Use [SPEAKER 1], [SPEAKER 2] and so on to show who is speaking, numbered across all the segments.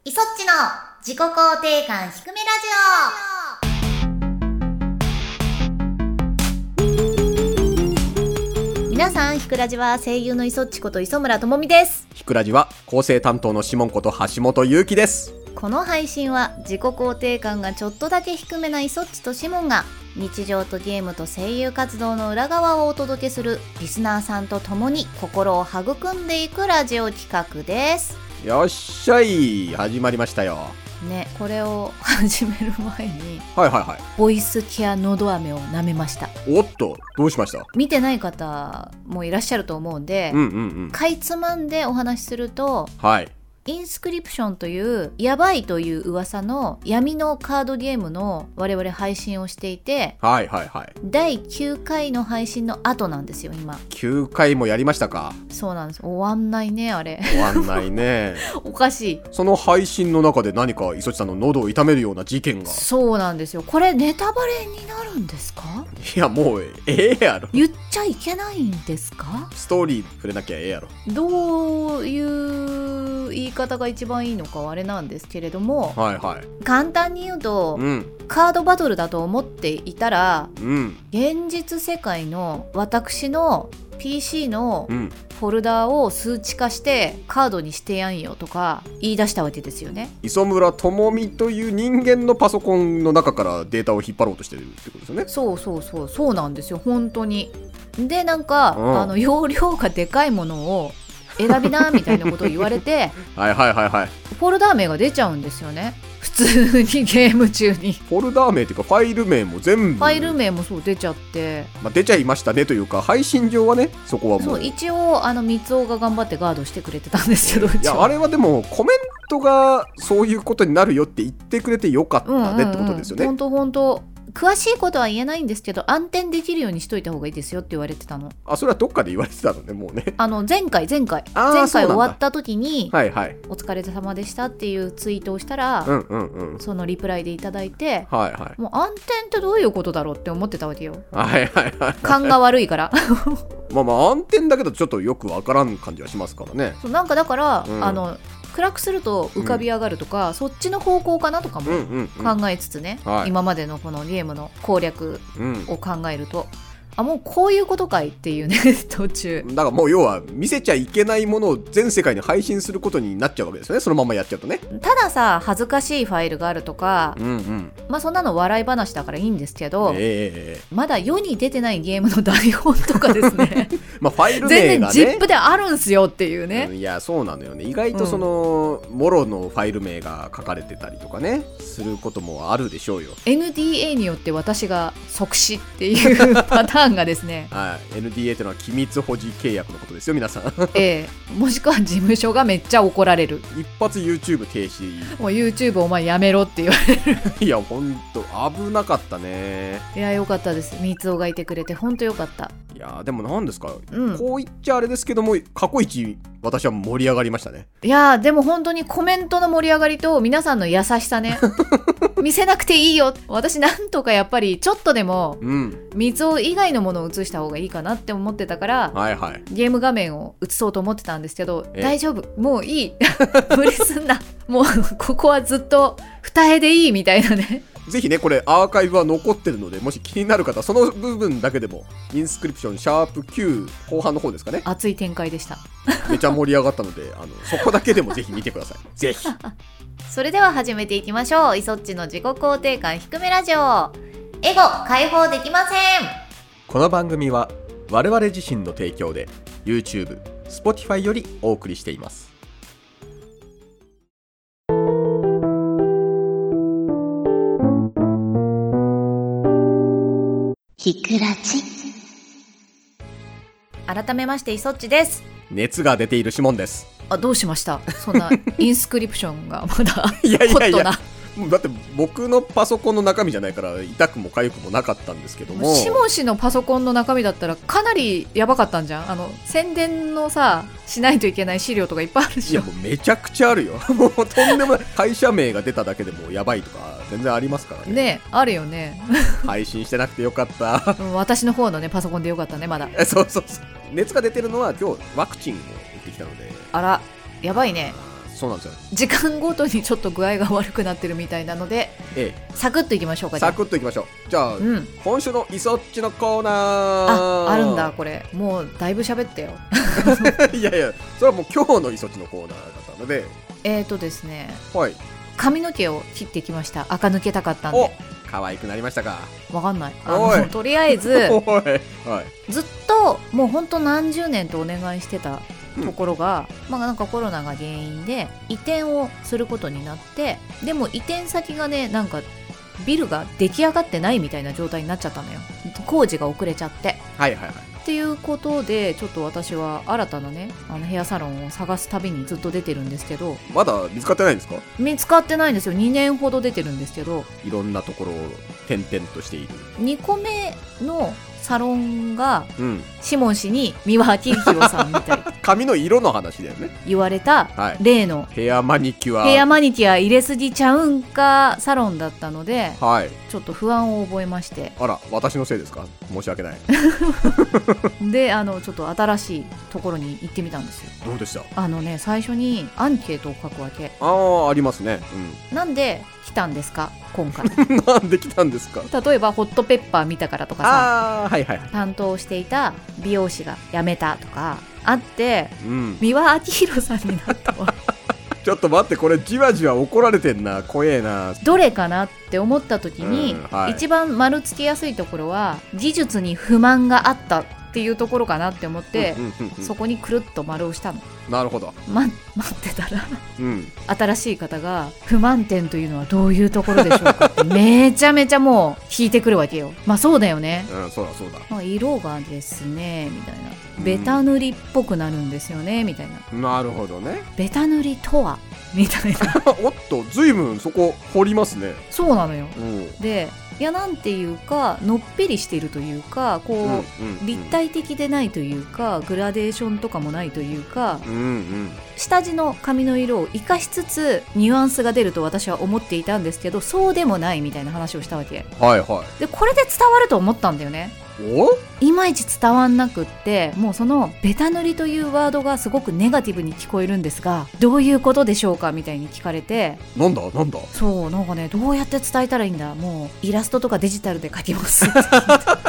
[SPEAKER 1] の自己肯定感低めラジオ皆さん、ひくラジは声優の磯っちこと磯村智美です。
[SPEAKER 2] ひくらじは構成担当のシモンこと橋本ゆうきです。
[SPEAKER 1] この配信は自己肯定感がちょっとだけ低めなイソッチとシモンが日常とゲームと声優活動の裏側をお届けするリスナーさんと共に心を育んでいくラジオ企画です。
[SPEAKER 2] よっしゃい始まりましたよ。
[SPEAKER 1] ね、これを始める前に
[SPEAKER 2] はいはいはい。
[SPEAKER 1] ボイスケアのど飴を舐めました。
[SPEAKER 2] おっと、どうしました
[SPEAKER 1] 見てない方もいらっしゃると思うんで、
[SPEAKER 2] うんうんうん。
[SPEAKER 1] かいつまんでお話しすると
[SPEAKER 2] はい。
[SPEAKER 1] インスクリプションというやばいという噂の闇のカードゲームの我々配信をしていて
[SPEAKER 2] はいはいはい。
[SPEAKER 1] 第9回の配信の後なんですよ今
[SPEAKER 2] 9回もやりましたか
[SPEAKER 1] そうなんです終わんないねあれ
[SPEAKER 2] 終わんないね。
[SPEAKER 1] おかし
[SPEAKER 2] その配信の中で何か磯地さんの喉を痛めるような事件
[SPEAKER 1] い
[SPEAKER 2] が。
[SPEAKER 1] そうなんですよこれネタバレになるんですか
[SPEAKER 2] いやもうええやろ。
[SPEAKER 1] 言っちゃいけないんですか
[SPEAKER 2] ストーリー触れなきゃええやろ。
[SPEAKER 1] どういう言い方が一番いいのかはあれなんですけれども
[SPEAKER 2] はいはい。
[SPEAKER 1] 簡単に言うと
[SPEAKER 2] うん
[SPEAKER 1] カードバトルだと思っていたら
[SPEAKER 2] うん
[SPEAKER 1] 現実世界の私の PC の
[SPEAKER 2] うん。
[SPEAKER 1] フォルダーを数値化してカードにしてやんよとか言い出したわけですよね
[SPEAKER 2] 磯村智美という人間のパソコンの中からデータを引っ張ろうとしてるってことですよね。
[SPEAKER 1] そうそうそうそうなんですよ本当にでなんか、
[SPEAKER 2] うん
[SPEAKER 1] あの容量がでかいものを選びなみたいなことを言われ て
[SPEAKER 2] はいはいはいはい。
[SPEAKER 1] フォルダー名が出ちゃうんですよね普通にゲーム中に
[SPEAKER 2] フォルダー名っていうかファイル名も全部
[SPEAKER 1] ファイル名もそう出ちゃって、
[SPEAKER 2] まあ、出ちゃいましたねというか配信上はねそこはも
[SPEAKER 1] そうう
[SPEAKER 2] い
[SPEAKER 1] 一応あの三尾が頑張ってガードしてくれてたんですけど一
[SPEAKER 2] や
[SPEAKER 1] 応
[SPEAKER 2] あれはでもコメントがそういうことになるよって言ってくれてよかったねってことですよね、
[SPEAKER 1] 本当本当詳しいことは言えないんですけど暗転できるようにしといた方がいいですよって言われてたの
[SPEAKER 2] あそれはどっかで言われてたのねも うね
[SPEAKER 1] あの前回前回
[SPEAKER 2] あー
[SPEAKER 1] 前
[SPEAKER 2] そ
[SPEAKER 1] 回
[SPEAKER 2] うなんだ
[SPEAKER 1] 終わった時に
[SPEAKER 2] はいはい
[SPEAKER 1] 「お疲れ様でした」っていうツイートをしたら、
[SPEAKER 2] うんうんうん
[SPEAKER 1] そのリプライでいただいて
[SPEAKER 2] はいはい
[SPEAKER 1] もう暗転ってどういうことだろうって思ってたわけよ
[SPEAKER 2] はいはいは
[SPEAKER 1] 勘が悪いから
[SPEAKER 2] いまあまあ暗転だけどちょっとよくわからん感じはしますからね
[SPEAKER 1] そうなんかだから、
[SPEAKER 2] うん
[SPEAKER 1] あの暗くすると浮かび上がるとか、そっちの方向かなとか
[SPEAKER 2] うん
[SPEAKER 1] も
[SPEAKER 2] うんうん
[SPEAKER 1] 考えつつね、
[SPEAKER 2] はい
[SPEAKER 1] 今までのこのゲームの攻略
[SPEAKER 2] うん
[SPEAKER 1] を考えるとあもうこういうことかいっていうね 途中
[SPEAKER 2] だからもう要は見せちゃいけないものを全世界に配信することになっちゃうわけですよねそのままやっちゃうとね
[SPEAKER 1] たださ恥ずかしいファイルがあるとか
[SPEAKER 2] うんうん
[SPEAKER 1] まあそんなの笑い話だからいいんですけど、
[SPEAKER 2] ええ
[SPEAKER 1] まだ世に出てないゲームの台本とかです ね
[SPEAKER 2] まあファイル名
[SPEAKER 1] 全然
[SPEAKER 2] がね
[SPEAKER 1] ZIP であるんすよっていうね、
[SPEAKER 2] うんいやそうなのよね意外とその、もろのファイル名が書かれてたりとかねすることもあるでしょうよ、
[SPEAKER 1] NDA によって私が即死っていうパターンがですね
[SPEAKER 2] はい NDA というのは機密保持契約のことですよ皆さん
[SPEAKER 1] ええ、もしくは事務所がめっちゃ怒られる
[SPEAKER 2] 一発 YouTube 停止
[SPEAKER 1] もう YouTube お前やめろって言われ
[SPEAKER 2] いやほんと危なかったね
[SPEAKER 1] るいやよかったです三つおがいてくれてほんとよかった
[SPEAKER 2] いやでも何ですか、
[SPEAKER 1] うん
[SPEAKER 2] こう言っちゃあれですけども過去一私は盛り上がりましたね
[SPEAKER 1] いやーでも本当にコメントの盛り上がりと皆さんの優しさ ね見せなくていいよ私なんとかやっぱりちょっとでも
[SPEAKER 2] うん
[SPEAKER 1] 水を以外のものを映した方がいいかなって思ってたから
[SPEAKER 2] はいはい
[SPEAKER 1] ゲーム画面を映そうと思ってたんですけど
[SPEAKER 2] え
[SPEAKER 1] 大丈夫もうい い無理すんなもうここはずっと二重でいいみたいなね
[SPEAKER 2] ぜひねこれアーカイブは残ってるのでもし気になる方はその部分だけでもインスクリプションシャープ9後半の方ですかね
[SPEAKER 1] 熱い展開でした
[SPEAKER 2] めちゃ盛り上がったので、あのそこだけでもぜひ見てください。 ぜひ。
[SPEAKER 1] それでは始めていきましょうイソッチの自己肯定感低めラジオエゴ解放できません
[SPEAKER 2] この番組は我々自身の提供で YouTube、Spotify よりお送りしています。
[SPEAKER 1] ひくらち改めましてイソッチです
[SPEAKER 2] 熱が出ているシモンです。
[SPEAKER 1] あどうしましたそんなインスクリプションがまだ
[SPEAKER 2] いやい
[SPEAKER 1] ホ
[SPEAKER 2] や
[SPEAKER 1] ッ
[SPEAKER 2] い
[SPEAKER 1] ト
[SPEAKER 2] や
[SPEAKER 1] な。
[SPEAKER 2] だって僕のパソコンの中身じゃないから痛くも痒くもなかったんですけども。
[SPEAKER 1] シモン氏のパソコンの中身だったらかなりやばかったんじゃんあの宣伝のさしないといけない資料とかいっぱいあるで
[SPEAKER 2] い
[SPEAKER 1] し
[SPEAKER 2] や
[SPEAKER 1] ょ
[SPEAKER 2] もうめちゃくちゃあるよ。 もうとんでもない。会社名が出ただけでもやばいとか全然ありますからね。
[SPEAKER 1] ねえあるよね
[SPEAKER 2] 配信してなくてよかった。
[SPEAKER 1] うん私の方のねパソコンでよかったねまだ
[SPEAKER 2] えそうそうそう。熱が出てるのは今日ワクチンを打ってきたので。
[SPEAKER 1] あらやばいね
[SPEAKER 2] そうなんですよ。
[SPEAKER 1] 時間ごとにちょっと具合が悪くなってるみたいなので
[SPEAKER 2] え
[SPEAKER 1] サクッといきましょう
[SPEAKER 2] え、
[SPEAKER 1] かじゃ
[SPEAKER 2] サ
[SPEAKER 1] あ
[SPEAKER 2] クッといきましょう。じゃあ、
[SPEAKER 1] うん
[SPEAKER 2] 今週のイソッチのコーナー
[SPEAKER 1] あ
[SPEAKER 2] あ
[SPEAKER 1] あるんだこれもうだいぶ喋ったよ
[SPEAKER 2] いやいやそれはもう今日のイソッチのコーナーだったので
[SPEAKER 1] えーとですね
[SPEAKER 2] はい
[SPEAKER 1] 髪の毛を切ってきました垢抜けたかったん
[SPEAKER 2] お
[SPEAKER 1] で
[SPEAKER 2] 可愛くなりましたか
[SPEAKER 1] わかんないあ
[SPEAKER 2] お
[SPEAKER 1] の
[SPEAKER 2] い
[SPEAKER 1] とりあえ
[SPEAKER 2] おい
[SPEAKER 1] ず
[SPEAKER 2] はい
[SPEAKER 1] ずっともうほんと何十年とお願いしてたところが、まあなんかコロナが原因で移転をすることになってでも移転先がねなんかビルが出来上がってないみたいな状態になっちゃったのよ工事が遅れちゃって
[SPEAKER 2] はいはいはい
[SPEAKER 1] っていうことでちょっと私は新たなねあのヘアサロンを探すたびにずっと出てるんですけど
[SPEAKER 2] まだ見つかってないんですか
[SPEAKER 1] 見つかってないんですよ2年ほど出てるんですけど
[SPEAKER 2] いろんなところを転々としている
[SPEAKER 1] 2個目のサロンが
[SPEAKER 2] うん
[SPEAKER 1] シモン氏に三輪明宏さんみたい
[SPEAKER 2] 髪の色の話だよね
[SPEAKER 1] 言われた
[SPEAKER 2] はい
[SPEAKER 1] 例の
[SPEAKER 2] ヘアマニキュア
[SPEAKER 1] ヘアマニキュア入れすぎちゃうんかサロンだったので
[SPEAKER 2] はい
[SPEAKER 1] ちょっと不安を覚えま して
[SPEAKER 2] あら私のせいですか申し訳ない
[SPEAKER 1] であのちょっと新しいところに行ってみたんですよ
[SPEAKER 2] どうでした
[SPEAKER 1] あのね最初にアンケートを書くわけ
[SPEAKER 2] ああありますね
[SPEAKER 1] なんで来たんですか今 回
[SPEAKER 2] うんなんで来たんですか
[SPEAKER 1] 例えばホットペッパー見たからとかさ
[SPEAKER 2] ああはいはいはい
[SPEAKER 1] 担当していた美容師が辞めたとかあって
[SPEAKER 2] うん
[SPEAKER 1] 三輪明宏さんに なったわ
[SPEAKER 2] ちょっと待ってこれじわじわ怒られてんな怖えな
[SPEAKER 1] どれかなって思った時に、
[SPEAKER 2] うんはい
[SPEAKER 1] 一番丸つけやすいところは技術に不満があったっていうところかなって思って
[SPEAKER 2] う、んうんうんうん
[SPEAKER 1] そこにくるっと丸をしたの、
[SPEAKER 2] なるほど
[SPEAKER 1] ま、待ってたら
[SPEAKER 2] うん
[SPEAKER 1] 新しい方が「不満点というのはどういうところでしょうか?」って めちゃめちゃもう引いてくるわけよまあそうだよね
[SPEAKER 2] うんそうだそうだ
[SPEAKER 1] まあ色がですねみたいな
[SPEAKER 2] うん
[SPEAKER 1] ベタ塗りっぽくなるんですよねみたいな
[SPEAKER 2] なるほどね
[SPEAKER 1] ベタ塗りとはみたいな
[SPEAKER 2] おっとずいぶんそこ掘りますね
[SPEAKER 1] そうなのよ
[SPEAKER 2] うんうん
[SPEAKER 1] でいやなんていうかのっぺりしてるというかこう、
[SPEAKER 2] うん
[SPEAKER 1] 立体的でないというかグラデーションとかもないというか
[SPEAKER 2] うんうん
[SPEAKER 1] 下地の髪の色を生かしつつニュアンスが出ると私は思っていたんですけどそうでもないみたいな話をしたわけ
[SPEAKER 2] はいは
[SPEAKER 1] でこれで伝わると思ったんだよね
[SPEAKER 2] いお
[SPEAKER 1] いまいち伝わんなくってもうそのベタ塗りというワードがすごくネガティブに聞こえるんですがどういうことでしょうかみたいに聞かれて
[SPEAKER 2] なんだなんだ
[SPEAKER 1] そうなんかねどうやって伝えたらいいんだもうイラストとかデジタルで描きます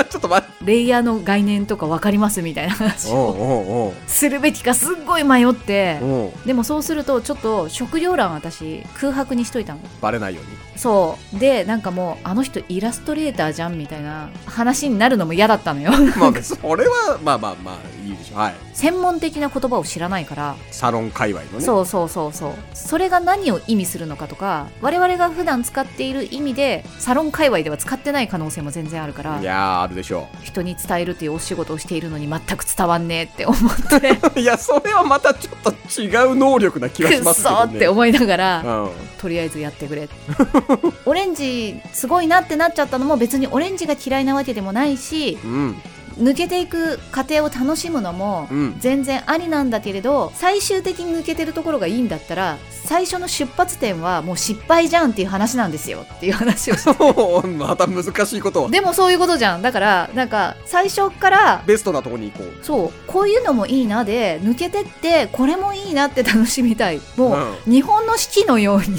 [SPEAKER 2] ちょっと待って
[SPEAKER 1] レイヤーの概念とか分かりますみたいな話
[SPEAKER 2] お
[SPEAKER 1] を
[SPEAKER 2] うおう
[SPEAKER 1] するべきかすっごい迷って
[SPEAKER 2] おうおう
[SPEAKER 1] でもそうするとちょっと食料欄私空白にしといたの
[SPEAKER 2] バレないように
[SPEAKER 1] そうでなんかもうあの人イラストレーターじゃんみたいな話になるのも嫌だったのよ
[SPEAKER 2] まあそれはまあまあまあいいでしょうはい
[SPEAKER 1] 専門的な言葉を知らないから
[SPEAKER 2] サロン界隈のね
[SPEAKER 1] そうそうそうそうそれが何を意味するのかとか我々が普段使っている意味でサロン界隈では使ってない可能性も全然あるから
[SPEAKER 2] いやーあるでしょ
[SPEAKER 1] 人に伝えるっていうお仕事をしているのに全く伝わんねえって思って
[SPEAKER 2] う いやそれはまたちょっと違う能力な気が
[SPEAKER 1] くっ
[SPEAKER 2] しますけ
[SPEAKER 1] そ
[SPEAKER 2] ど
[SPEAKER 1] ー
[SPEAKER 2] ね
[SPEAKER 1] って思いながら
[SPEAKER 2] うん
[SPEAKER 1] とりあえずやってくれ オレンジすごいなってなっちゃったのも別にオレンジが嫌いなわけでもないし
[SPEAKER 2] うん
[SPEAKER 1] 抜けていく過程を楽しむのも
[SPEAKER 2] うん
[SPEAKER 1] 全然ありなんだけれど最終的に抜けてるところがいいんだったら最初の出発点はもう失敗じゃんっていう話なんですよっていう話をして
[SPEAKER 2] また難しいことを
[SPEAKER 1] でもそういうことじゃんだからなんか最初から
[SPEAKER 2] ベストなとこに行こう
[SPEAKER 1] そうこういうのもいいなで抜けてってこれもいいなって楽しみたいもう
[SPEAKER 2] う
[SPEAKER 1] 日本の四季のように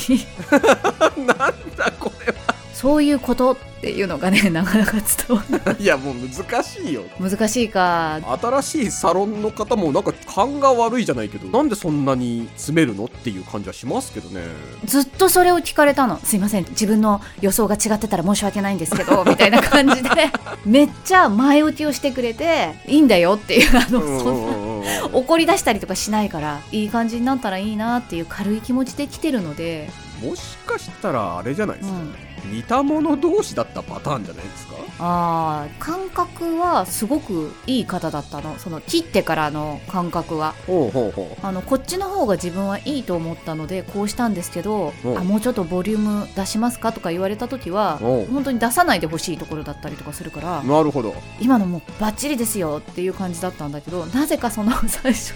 [SPEAKER 2] んなんだこれ
[SPEAKER 1] そういうことっていうのがねなかなか伝わ
[SPEAKER 2] はいやもう難しいよ
[SPEAKER 1] る難しいか
[SPEAKER 2] 新しいサロンの方もなんか勘が悪いじゃないけどなんでそんなに詰めるのっていう感じはしますけどね
[SPEAKER 1] ずっとそれを聞かれたのすいません自分の予想が違ってたら申し訳ないんですけ どみたいな感じでめっちゃ前置きをしてくれていいんだよっていうあのそんな怒り出したりとかしないからいい感じになったらいいなっていう軽い気持ちで来てるので、
[SPEAKER 2] もしかしたらあれじゃないで
[SPEAKER 1] う
[SPEAKER 2] すか、
[SPEAKER 1] ん、
[SPEAKER 2] 似た者同士だったパターンじゃないですか
[SPEAKER 1] あー感覚はすごくいい方だったのその切ってからの感覚は
[SPEAKER 2] ほうほうほ
[SPEAKER 1] あのこっちの方が自分はいいと思ったのでこうしたんですけど
[SPEAKER 2] お
[SPEAKER 1] あもうちょっとボリューム出しますかとか言われた時は
[SPEAKER 2] お
[SPEAKER 1] 本当に出さないでほしいところだったりとかするから
[SPEAKER 2] なるほど
[SPEAKER 1] 今のもうバッチリですよっていう感じだったんだけどなぜかその 最初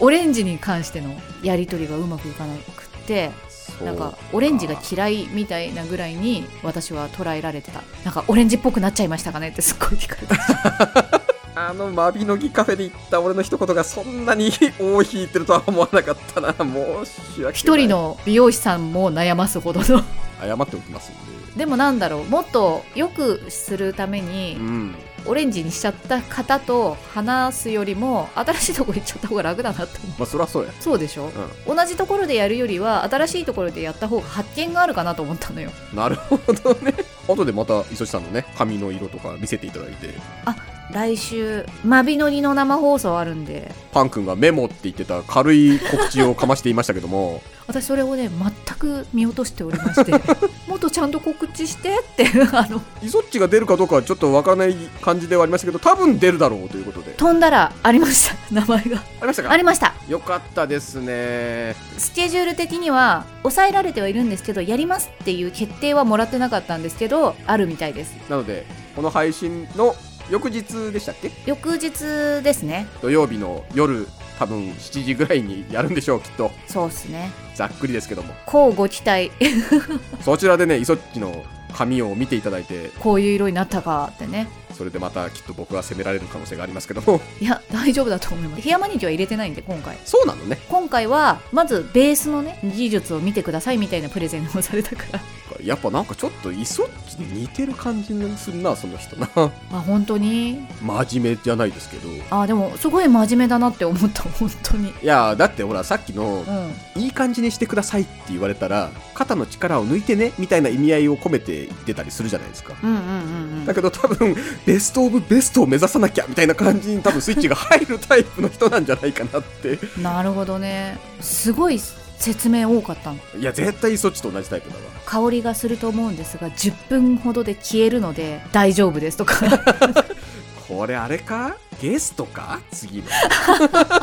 [SPEAKER 1] オレンジに関してのやり取りがうまくいかなくって
[SPEAKER 2] そう
[SPEAKER 1] なんかオレンジが嫌いみたいなぐらいに私は捉えられてたなんかオレンジっぽくなっちゃいましたかねってすっごい聞かれた
[SPEAKER 2] ああのマビノギカフェで言った俺の一言がそんなに 大引いてるとは思わなかったな申し訳ない
[SPEAKER 1] 一人の美容師さんも悩ますほどの
[SPEAKER 2] 謝っておきますんで
[SPEAKER 1] でもなんだろうもっとよくするために
[SPEAKER 2] うん
[SPEAKER 1] オレンジにしちゃった方と話すよりも新しいとこ行っちゃった方が楽だなって思う
[SPEAKER 2] まあそりゃそうや
[SPEAKER 1] そうでしょ同じところでやるよりは新しいところでやった方が発見があるかなと思ったのよ
[SPEAKER 2] うんなるほどね 後でまた磯地さんのね髪の色とか見せていただいて
[SPEAKER 1] 来週マビノリの生放送あるんで
[SPEAKER 2] パン君がメモって言ってた軽い告知をかましていましたけども
[SPEAKER 1] 私それをね全く見落としておりまして もっとちゃんと告知してって あの
[SPEAKER 2] 磯っちが出るかどうかはちょっとわからない感じではありましたけど多分出るだろうということで
[SPEAKER 1] 飛んだらありました名前が
[SPEAKER 2] ありました
[SPEAKER 1] あ
[SPEAKER 2] か
[SPEAKER 1] りました
[SPEAKER 2] よかったですね
[SPEAKER 1] スケジュール的には抑えられてはいるんですけどやりますっていう決定はもらってなかったんですけどあるみたいです
[SPEAKER 2] なのでこの配信の翌日でしたっけ
[SPEAKER 1] 翌日ですね
[SPEAKER 2] 土曜日の夜多分7時ぐらいにやるんでしょうきっと
[SPEAKER 1] そうっすね
[SPEAKER 2] ざっくりですけども
[SPEAKER 1] 乞うご期待
[SPEAKER 2] そちらでねイソッチの髪を見ていただいて
[SPEAKER 1] こういう色になったかってね
[SPEAKER 2] それでまたきっと僕は責められる可能性がありますけども
[SPEAKER 1] いや大丈夫だと思いますヘアマニキュア入れてないんで今回
[SPEAKER 2] そうなのね
[SPEAKER 1] 今回はまずベースのね技術を見てくださいみたいなプレゼンをされたから
[SPEAKER 2] やっぱなんかちょっとイソッチに似てる感じのするなその人な
[SPEAKER 1] あ本当に
[SPEAKER 2] 真面目じゃないですけどい
[SPEAKER 1] あでもすごい真面目だなって思った本当に
[SPEAKER 2] やだってほらさっきの
[SPEAKER 1] うん
[SPEAKER 2] いい感じにしてくださいって言われたら肩の力を抜いてねみたいな意味合いを込めて言ってたりするじゃないですか
[SPEAKER 1] うんうんうんう
[SPEAKER 2] だ
[SPEAKER 1] ん
[SPEAKER 2] けど多分ベストオブベストを目指さなきゃみたいな感じに多分スイッチが入るタイプの人なんじゃないかなって
[SPEAKER 1] なるほどねすごい説明多かったの
[SPEAKER 2] いや絶対そっちと同じタイプだわ
[SPEAKER 1] 香りがすると思うんですが10分ほどで消えるので大丈夫ですとか
[SPEAKER 2] これあれかゲストか次の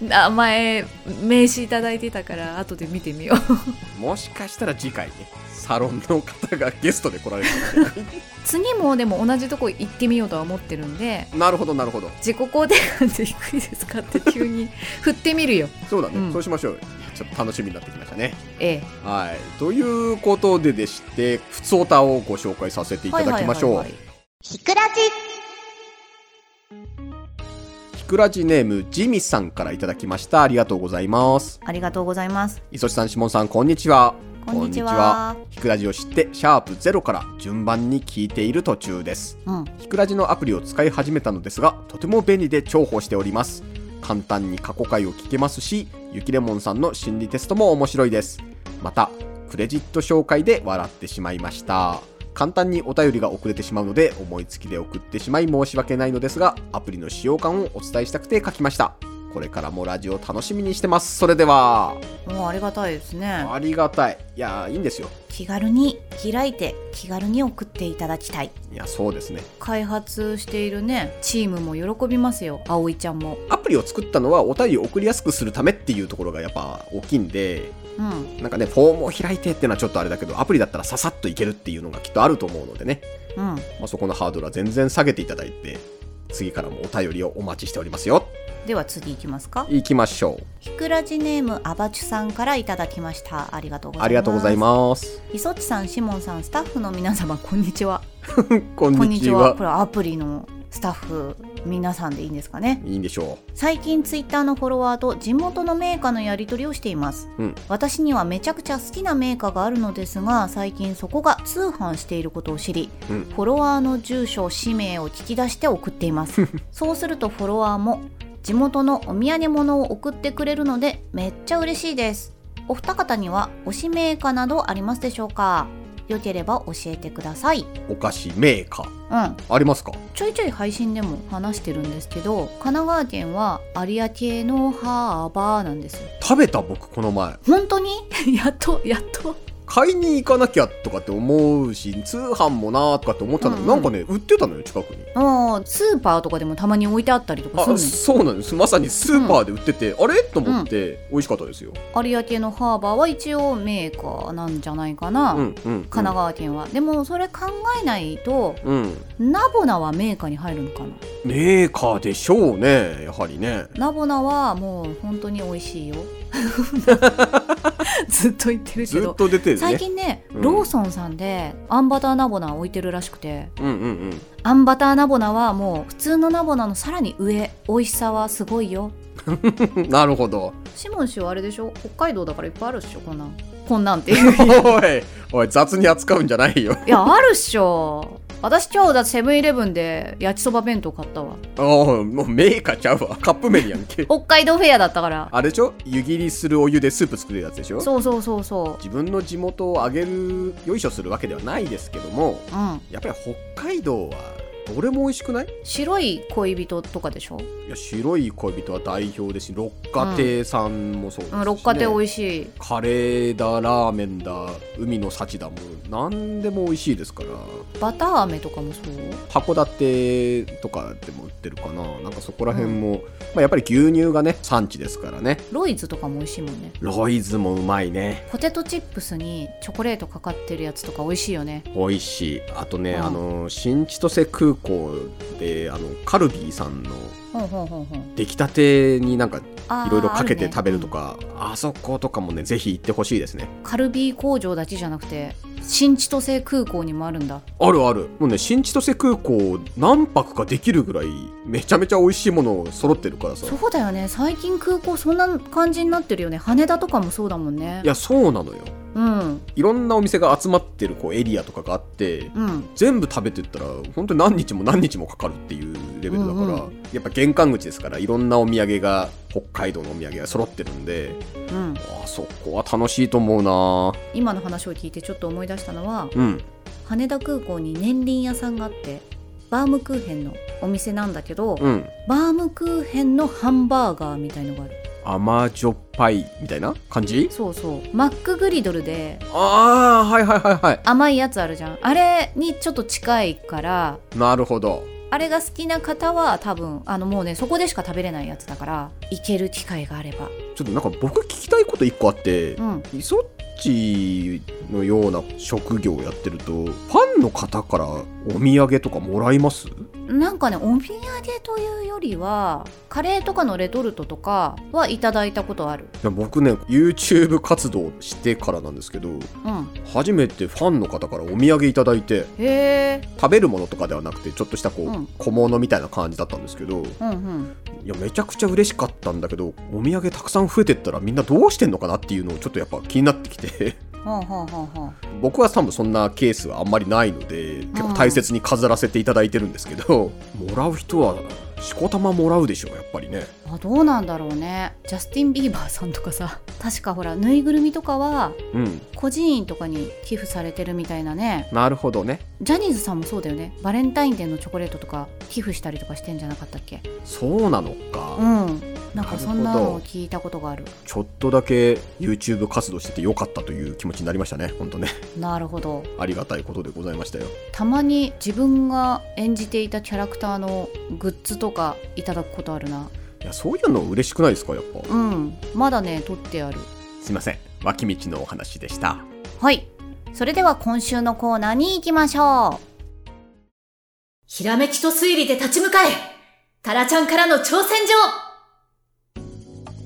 [SPEAKER 1] 名前名刺いただいてたから後で見てみよう
[SPEAKER 2] もしかしたら次回ねサロンの方がゲストで来られる かもしれな
[SPEAKER 1] 次もでも同じとこ行ってみようとは思ってるんで
[SPEAKER 2] いなるほどなるほど
[SPEAKER 1] 自己肯定感って低いですかって急 に振ってみるよ
[SPEAKER 2] そうだね、
[SPEAKER 1] うん
[SPEAKER 2] そうしましょうよちょっと楽しみになってきましたね
[SPEAKER 1] ええ
[SPEAKER 2] はいということででして普通オタをご紹介させていただきましょう、
[SPEAKER 1] はいはいはいはい
[SPEAKER 3] ひくらじ。
[SPEAKER 2] ひくらじネームジミさんからいただきましたありがとうございます
[SPEAKER 1] ありがとうございます
[SPEAKER 2] 磯地さん、しもんさん、こんにちは。
[SPEAKER 1] こんにちは
[SPEAKER 2] こんにちひくらじを知って、シャープゼロから順番に聞いている途中です。
[SPEAKER 1] うん
[SPEAKER 2] ひくらじのアプリを使い始めたのですが、とても便利で重宝しております。簡単に過去回を聞けますし、ゆきれもんさんの心理テストも面白いです。また、クレジット紹介で笑ってしまいました。簡単にお便りが遅れてしまうので、思いつきで送ってしまい申し訳ないのですが、アプリの使用感をお伝えしたくて書きました。これからもラジオ楽しみにしてます。それでは。
[SPEAKER 1] もうありがたいですね
[SPEAKER 2] ありがたい。いや、いいんですよ。
[SPEAKER 1] 気軽に開いて気軽に送っていただきたい
[SPEAKER 2] いや、そうですね。
[SPEAKER 1] 開発しているねチームも喜びますよ葵ちゃんも
[SPEAKER 2] アプリを作ったのはお便りを送りやすくするためっていうところがやっぱ大きいんで、
[SPEAKER 1] うん
[SPEAKER 2] なんかね、フォームを開いてっていうのはちょっとあれだけど、アプリだったらささっといけるっていうのがきっとあると思うのでね、
[SPEAKER 1] うん
[SPEAKER 2] まあ、そこのハードルは全然下げていただいて、次からもお便りをお待ちしておりますよ。
[SPEAKER 1] では次行きますか
[SPEAKER 2] 行きましょう。
[SPEAKER 1] ひくらじネームアバチュさんからいただきましたありがとうございます
[SPEAKER 2] ありがとうございます。
[SPEAKER 1] す磯地さんシモンさんスタッフの皆様こんにちは
[SPEAKER 2] こん
[SPEAKER 1] こん
[SPEAKER 2] に
[SPEAKER 1] に
[SPEAKER 2] ち
[SPEAKER 1] ちは
[SPEAKER 2] は
[SPEAKER 1] こ。れアプリのスタッフ皆さんでいいんですかね
[SPEAKER 2] いいんでしょ
[SPEAKER 1] 最近ツイッターのフォロワーと地元のメーカーのやり取りをしています、
[SPEAKER 2] うん
[SPEAKER 1] 私にはめちゃくちゃ好きなメーカーがあるのですが最近そこが通販していることを知り、
[SPEAKER 2] うん
[SPEAKER 1] フォロワーの住所氏名を聞き出して送っています
[SPEAKER 2] 。
[SPEAKER 1] そうするとフォロワーも地元のお土産物を送ってくれるのでめっちゃ嬉しいですお二方には推しメーカーなどありますでしょうかよければ教えてくださいう
[SPEAKER 2] お菓子メーカ
[SPEAKER 1] う
[SPEAKER 2] ー。
[SPEAKER 1] ん
[SPEAKER 2] ありますか
[SPEAKER 1] ちょいちょい配信でも話してるんですけど神奈川県は有明のハーバーなんですよ
[SPEAKER 2] 食べた僕この前。
[SPEAKER 1] 本当に やっとやっと
[SPEAKER 2] 買いに行かなきゃとかって思うし通販もなーとかって思ったんだけど、
[SPEAKER 1] うんうん
[SPEAKER 2] なんかね売ってたのよ近くに
[SPEAKER 1] もうスーパーとかでもたまに置いてあったりとか
[SPEAKER 2] あ
[SPEAKER 1] するのよ
[SPEAKER 2] そうなんですまさにスーパーで売ってて、あれと思って美味しかったですよ、
[SPEAKER 1] 有明のハーバーは一応メーカーなんじゃないかな、
[SPEAKER 2] うんうんうん、
[SPEAKER 1] 神奈川県は、でもそれ考えないと
[SPEAKER 2] うん
[SPEAKER 1] ナボナはメーカーに入るのかな
[SPEAKER 2] メーカーでしょうねやはりね
[SPEAKER 1] ナボナはもう本当に美味しいよ ずっと言ってるけ
[SPEAKER 2] ずっ
[SPEAKER 1] ど
[SPEAKER 2] と出てるね
[SPEAKER 1] 最近ね、
[SPEAKER 2] うん
[SPEAKER 1] ローソンさんでアンバターナボナー置いてるらしくて
[SPEAKER 2] うんうん
[SPEAKER 1] アンバターナボナーはもう普通のナボナーのさらに上美味しさはすごいよ
[SPEAKER 2] うん なるほど
[SPEAKER 1] シモン氏はあれでしょ北海道だからいっぱいあるっしょこんなんこんなん っていう
[SPEAKER 2] おいおい雑に扱うんじゃないよ
[SPEAKER 1] いやあるっしょ私今日だってセブンイレブンで焼きそば弁当買ったわ
[SPEAKER 2] おうもうメーカーちゃうわカップ麺やんけ
[SPEAKER 1] 北海道フェアだったから
[SPEAKER 2] あれでしょ湯切りするお湯でスープ作るやつでしょ
[SPEAKER 1] そうそうそうそ
[SPEAKER 2] 自分の地元を上げるよいしょするわけではないですけども
[SPEAKER 1] ううん
[SPEAKER 2] やっぱり北海道はどれも美味しくない
[SPEAKER 1] 白い恋人とかでしょ、
[SPEAKER 2] いや白い恋人は代表ですし六花亭さんもそうですし、ね
[SPEAKER 1] うん、六花亭美味しい
[SPEAKER 2] カレーだラーメンだ海の幸だもう何でも美味しいですから
[SPEAKER 1] バター飴とかもそう
[SPEAKER 2] 函館とかでも売ってるかななんかそこら辺も、まあ、やっぱり牛乳がね産地ですからね
[SPEAKER 1] ロイズとかも美味しいもんね
[SPEAKER 2] ロイズもうまいね
[SPEAKER 1] ポテトチップスにチョコレートかかってるやつとか美味しいよね
[SPEAKER 2] 美味しいあとね、
[SPEAKER 1] うん
[SPEAKER 2] あの新千歳空港であのカルビーさんの
[SPEAKER 1] ほんほんほんほん
[SPEAKER 2] 出来たてになんか
[SPEAKER 1] あー
[SPEAKER 2] いろいろか
[SPEAKER 1] あ
[SPEAKER 2] け
[SPEAKER 1] る
[SPEAKER 2] て
[SPEAKER 1] ね
[SPEAKER 2] 食べるとかあ,、そことかもねぜひ行ってほしいですね
[SPEAKER 1] うんカルビー工場だけじゃなくて新千歳空港にもあるんだ
[SPEAKER 2] あるあるもうね新千歳空港何泊かできるぐらいめちゃめちゃ美味しいものを揃ってるからさ
[SPEAKER 1] そうだよね最近空港そんな感じになってるよね羽田とかもそうだもんね
[SPEAKER 2] いやそうなのよ
[SPEAKER 1] うん
[SPEAKER 2] いろんなお店が集まってるこうエリアとかがあって
[SPEAKER 1] うん
[SPEAKER 2] 全部食べてったら本当に何日も何日もかかるっていうレベルだから、
[SPEAKER 1] うんう
[SPEAKER 2] やっぱ玄関口ですからいろんなお土産が北海道のお土産が揃ってるんで
[SPEAKER 1] うん
[SPEAKER 2] あそこは楽しいと思うな
[SPEAKER 1] 今の話を聞いてちょっと思い出したのは
[SPEAKER 2] うん
[SPEAKER 1] 羽田空港に年輪屋さんがあってバームクーヘンのお店なんだけど、
[SPEAKER 2] うん
[SPEAKER 1] バームクーヘンのハンバーガーみたいのがある
[SPEAKER 2] 甘じょっぱいみたいな感じ
[SPEAKER 1] そうそうマックグリドルで
[SPEAKER 2] ああはいはいはいは
[SPEAKER 1] 甘いやつあるじゃんあれにちょっと近いから
[SPEAKER 2] いなるほど
[SPEAKER 1] あれが好きな方は多分あのもうねそこでしか食べれないやつだから行ける機会があれば
[SPEAKER 2] ちょっとなんか僕聞きたいこと一個あって
[SPEAKER 1] う、ん
[SPEAKER 2] イソッチのような職業をやってるとファンの方からお土産とかもらいます
[SPEAKER 1] なんかねお土産というよりはカレーとかのレトルトとかはいただいたことある
[SPEAKER 2] いや僕ね YouTube 活動してからなんですけど
[SPEAKER 1] うん
[SPEAKER 2] 初めてファンの方からお土産いただいて
[SPEAKER 1] へえ
[SPEAKER 2] 食べるものとかではなくてちょっとしたこう、
[SPEAKER 1] うん
[SPEAKER 2] 小物みたいな感じだったんですけど
[SPEAKER 1] うんうん
[SPEAKER 2] いやめちゃくちゃ嬉しかったんだけどお土産たくさん増えてったらみんなどうしてんのかなっていうのをちょっとやっぱ気になってきて
[SPEAKER 1] ほうほうほうほう
[SPEAKER 2] 僕は多分そんなケースはあんまりないので結構大切に飾らせていただいてるんですけど、もらう人はしこたまもらうでしょうやっぱりね
[SPEAKER 1] あどうなんだろうねジャスティン・ビーバーさんとかさ確かほらぬいぐるみとかは
[SPEAKER 2] うん
[SPEAKER 1] 個人院とかに寄付されてるみたいなね
[SPEAKER 2] なるほどね
[SPEAKER 1] ジャニーズさんもそうだよねバレンタインデーのチョコレートとか寄付したりとかしてんじゃなかったっけ
[SPEAKER 2] そうなのか、
[SPEAKER 1] うんなんかそんな
[SPEAKER 2] なるほ
[SPEAKER 1] の
[SPEAKER 2] ど
[SPEAKER 1] を聞いたことがある
[SPEAKER 2] ちょっとだけ YouTube 活動しててよかったという気持ちになりましたね。本当ね。
[SPEAKER 1] なるほど
[SPEAKER 2] ありがたいことでございましたよ。
[SPEAKER 1] たまに自分が演じていたキャラクターのグッズとかいただくことあるない
[SPEAKER 2] や、そういうの嬉しくないですか、やっぱ。
[SPEAKER 1] うんまだね取ってある
[SPEAKER 2] すいません。脇道のお話でした。
[SPEAKER 1] はいそれでは今週のコーナーに行きましょう
[SPEAKER 3] ひらめきと推理で立ち向かえタラちゃんからの挑戦状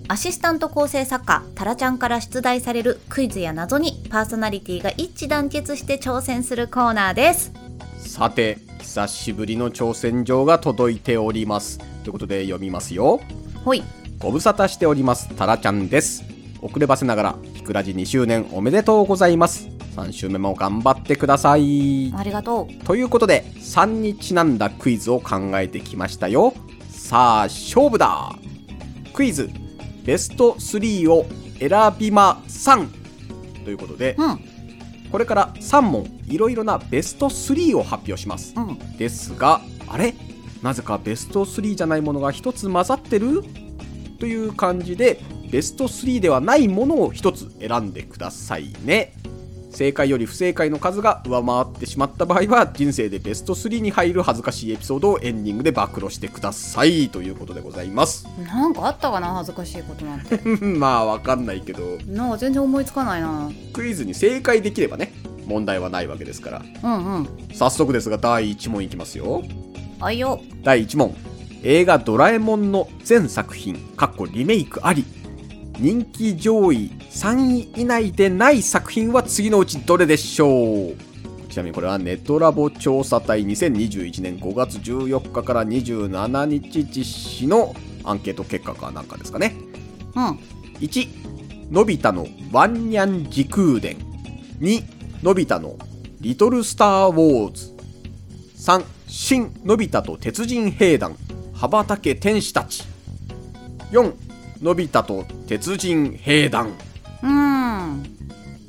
[SPEAKER 1] アシスタント構成作家タラちゃんから出題されるクイズや謎にパーソナリティが一致団結して挑戦するコーナーです
[SPEAKER 2] さて、久しぶりの挑戦状が届いております。ということで読みますよ。
[SPEAKER 1] ほい
[SPEAKER 2] ご無沙汰しております。タラちゃんです。遅ればせながら、ひくらじ2周年おめでとうございます。3週目も頑張ってください。
[SPEAKER 1] ありがと
[SPEAKER 2] ということで、3にちなんだクイズを考えてきましたよ。さあ、勝負だクイズ、ベスト3を選びまさんということで
[SPEAKER 1] う、うん
[SPEAKER 2] これから3問、いろいろなベスト3を発表します。
[SPEAKER 1] うん
[SPEAKER 2] ですが、あれなぜかベスト3じゃないものが1つ混ざってるという感じで、ベスト3ではないものを1つ選んでくださいね。正解より不正解の数が上回ってしまった場合は、人生でベスト3に入る恥ずかしいエピソードをエンディングで暴露してくださいということでございます。
[SPEAKER 1] なんかあったかな恥ずかしいことなん て
[SPEAKER 2] まあ、わかんないけど、
[SPEAKER 1] なんか全然思いつかないな
[SPEAKER 2] クイズに正解できればね、問題はないわけですから。
[SPEAKER 1] うんうん
[SPEAKER 2] 早速ですが、第1問いきますよ。
[SPEAKER 1] あいよ
[SPEAKER 2] 第1問映画「ドラえもん」の全作品かっこリメイクあり人気上位3位以内でない作品は次のうちどれでしょうちなみにこれはネトラボ調査隊2021年5月14日から27日実施のアンケート結果かなんかですかね。
[SPEAKER 1] うん。
[SPEAKER 2] 1、のび太のワンニャン時空伝。2、のび太のリトルスターウォーズ。3、新のび太と鉄人兵団、羽ばたけ天使たち。4、のび太と鉄人兵団。
[SPEAKER 1] うん。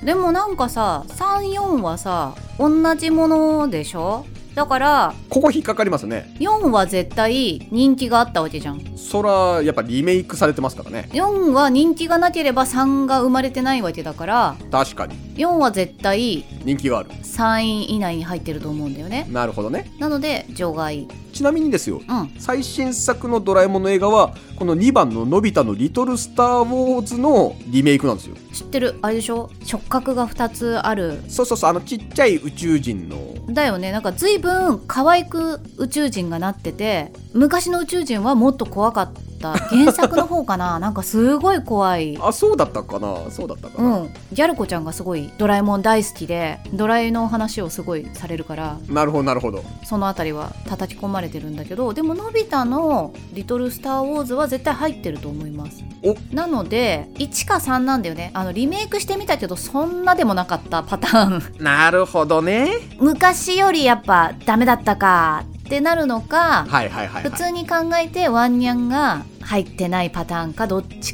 [SPEAKER 1] でもなんかさ、3、4はさ、同じものでしょだから、
[SPEAKER 2] ここ引っかかりますね。
[SPEAKER 1] 4は絶対人気があったわけじゃん。
[SPEAKER 2] そら、やっぱリメイクされてますからね。
[SPEAKER 1] 4は人気がなければ3が生まれてないわけだから、
[SPEAKER 2] 確かに。
[SPEAKER 1] 4は絶対
[SPEAKER 2] 人気がある。
[SPEAKER 1] 3位以内に入ってると思うんだよね。
[SPEAKER 2] なるほどね。
[SPEAKER 1] なので、除外。
[SPEAKER 2] ちなみにですよ、
[SPEAKER 1] うん。
[SPEAKER 2] 最新作のドラえもんの映画は、この2番ののび太のリトルスターウォーズのリメイクなんですよ。
[SPEAKER 1] 知ってる、あれでしょ触覚が2つある。
[SPEAKER 2] そうそうそう、あのちっちゃい宇宙人の。
[SPEAKER 1] だよねなんか随分可愛く宇宙人がなってて昔の宇宙人はもっと怖かった原作の方かな なんかすごい怖い
[SPEAKER 2] あ、そうだったかなそうだったか
[SPEAKER 1] う
[SPEAKER 2] な、
[SPEAKER 1] んギャル子ちゃんがすごいドラえもん大好きでドラえの話をすごいされるから
[SPEAKER 2] なるほど、なるほど。
[SPEAKER 1] その辺りは叩き込まれてるんだけどでものび太の「リトル・スター・ウォーズ」は絶対入ってると思います
[SPEAKER 2] お
[SPEAKER 1] なので1か3なんだよねあのリメイクしてみたけどそんなでもなかったパターン
[SPEAKER 2] なるほどね。
[SPEAKER 1] 昔よりやっぱダメだったかってなるのか
[SPEAKER 2] はいはいはい、はい。
[SPEAKER 1] 普通に考えてワンニャンが入ってないパターンかどっち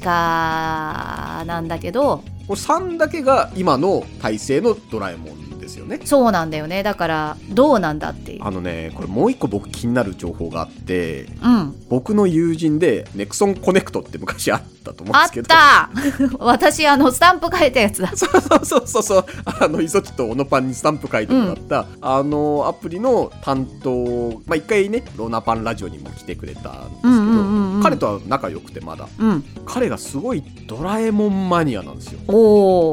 [SPEAKER 1] かなんだけど
[SPEAKER 2] これ3だけが今の体制のドラえもんですよね。
[SPEAKER 1] そうなんだよねだからどうなんだっていう
[SPEAKER 2] あのね、これもう一個僕気になる情報があって、
[SPEAKER 1] うん
[SPEAKER 2] 僕の友人でネクソンコネクトって昔あったと思うん
[SPEAKER 1] あ
[SPEAKER 2] で
[SPEAKER 1] っ
[SPEAKER 2] すけど。
[SPEAKER 1] た 私あのスタンプ書いたやつだ
[SPEAKER 2] そうそうそうそうあのイソチとオノパンにスタンプ書いてもらった、あのアプリの担当まあ一回ねロナパンラジオにも来てくれたんですけど、
[SPEAKER 1] うんうんうんうん
[SPEAKER 2] 彼とは仲良くてまだ
[SPEAKER 1] うん
[SPEAKER 2] 彼がすごいドラえもんマニアなんですよ
[SPEAKER 1] お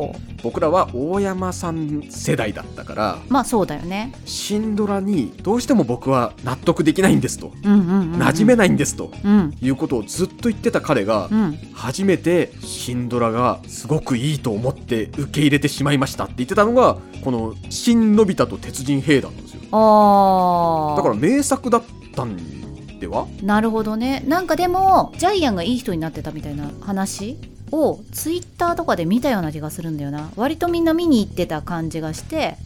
[SPEAKER 1] お
[SPEAKER 2] 僕らは大山さん世代だったから
[SPEAKER 1] まあそうだよね
[SPEAKER 2] シンドラにどうしても僕は納得できないんですと
[SPEAKER 1] うんうんうん、うん、
[SPEAKER 2] 馴染めないんですと
[SPEAKER 1] うん
[SPEAKER 2] いうことをずっと言ってた彼が
[SPEAKER 1] うん
[SPEAKER 2] 初めてシンドラがすごくいいと思って受け入れてしまいましたって言ってたのがこの「新のび太と鉄人兵団」なんですよ
[SPEAKER 1] ああ
[SPEAKER 2] だから名作だったんでは
[SPEAKER 1] なるほどねなんかでもジャイアンがいい人になってたみたいな話をツイッターとかで見たような気がするんだよな割とみんな見に行ってた感じがして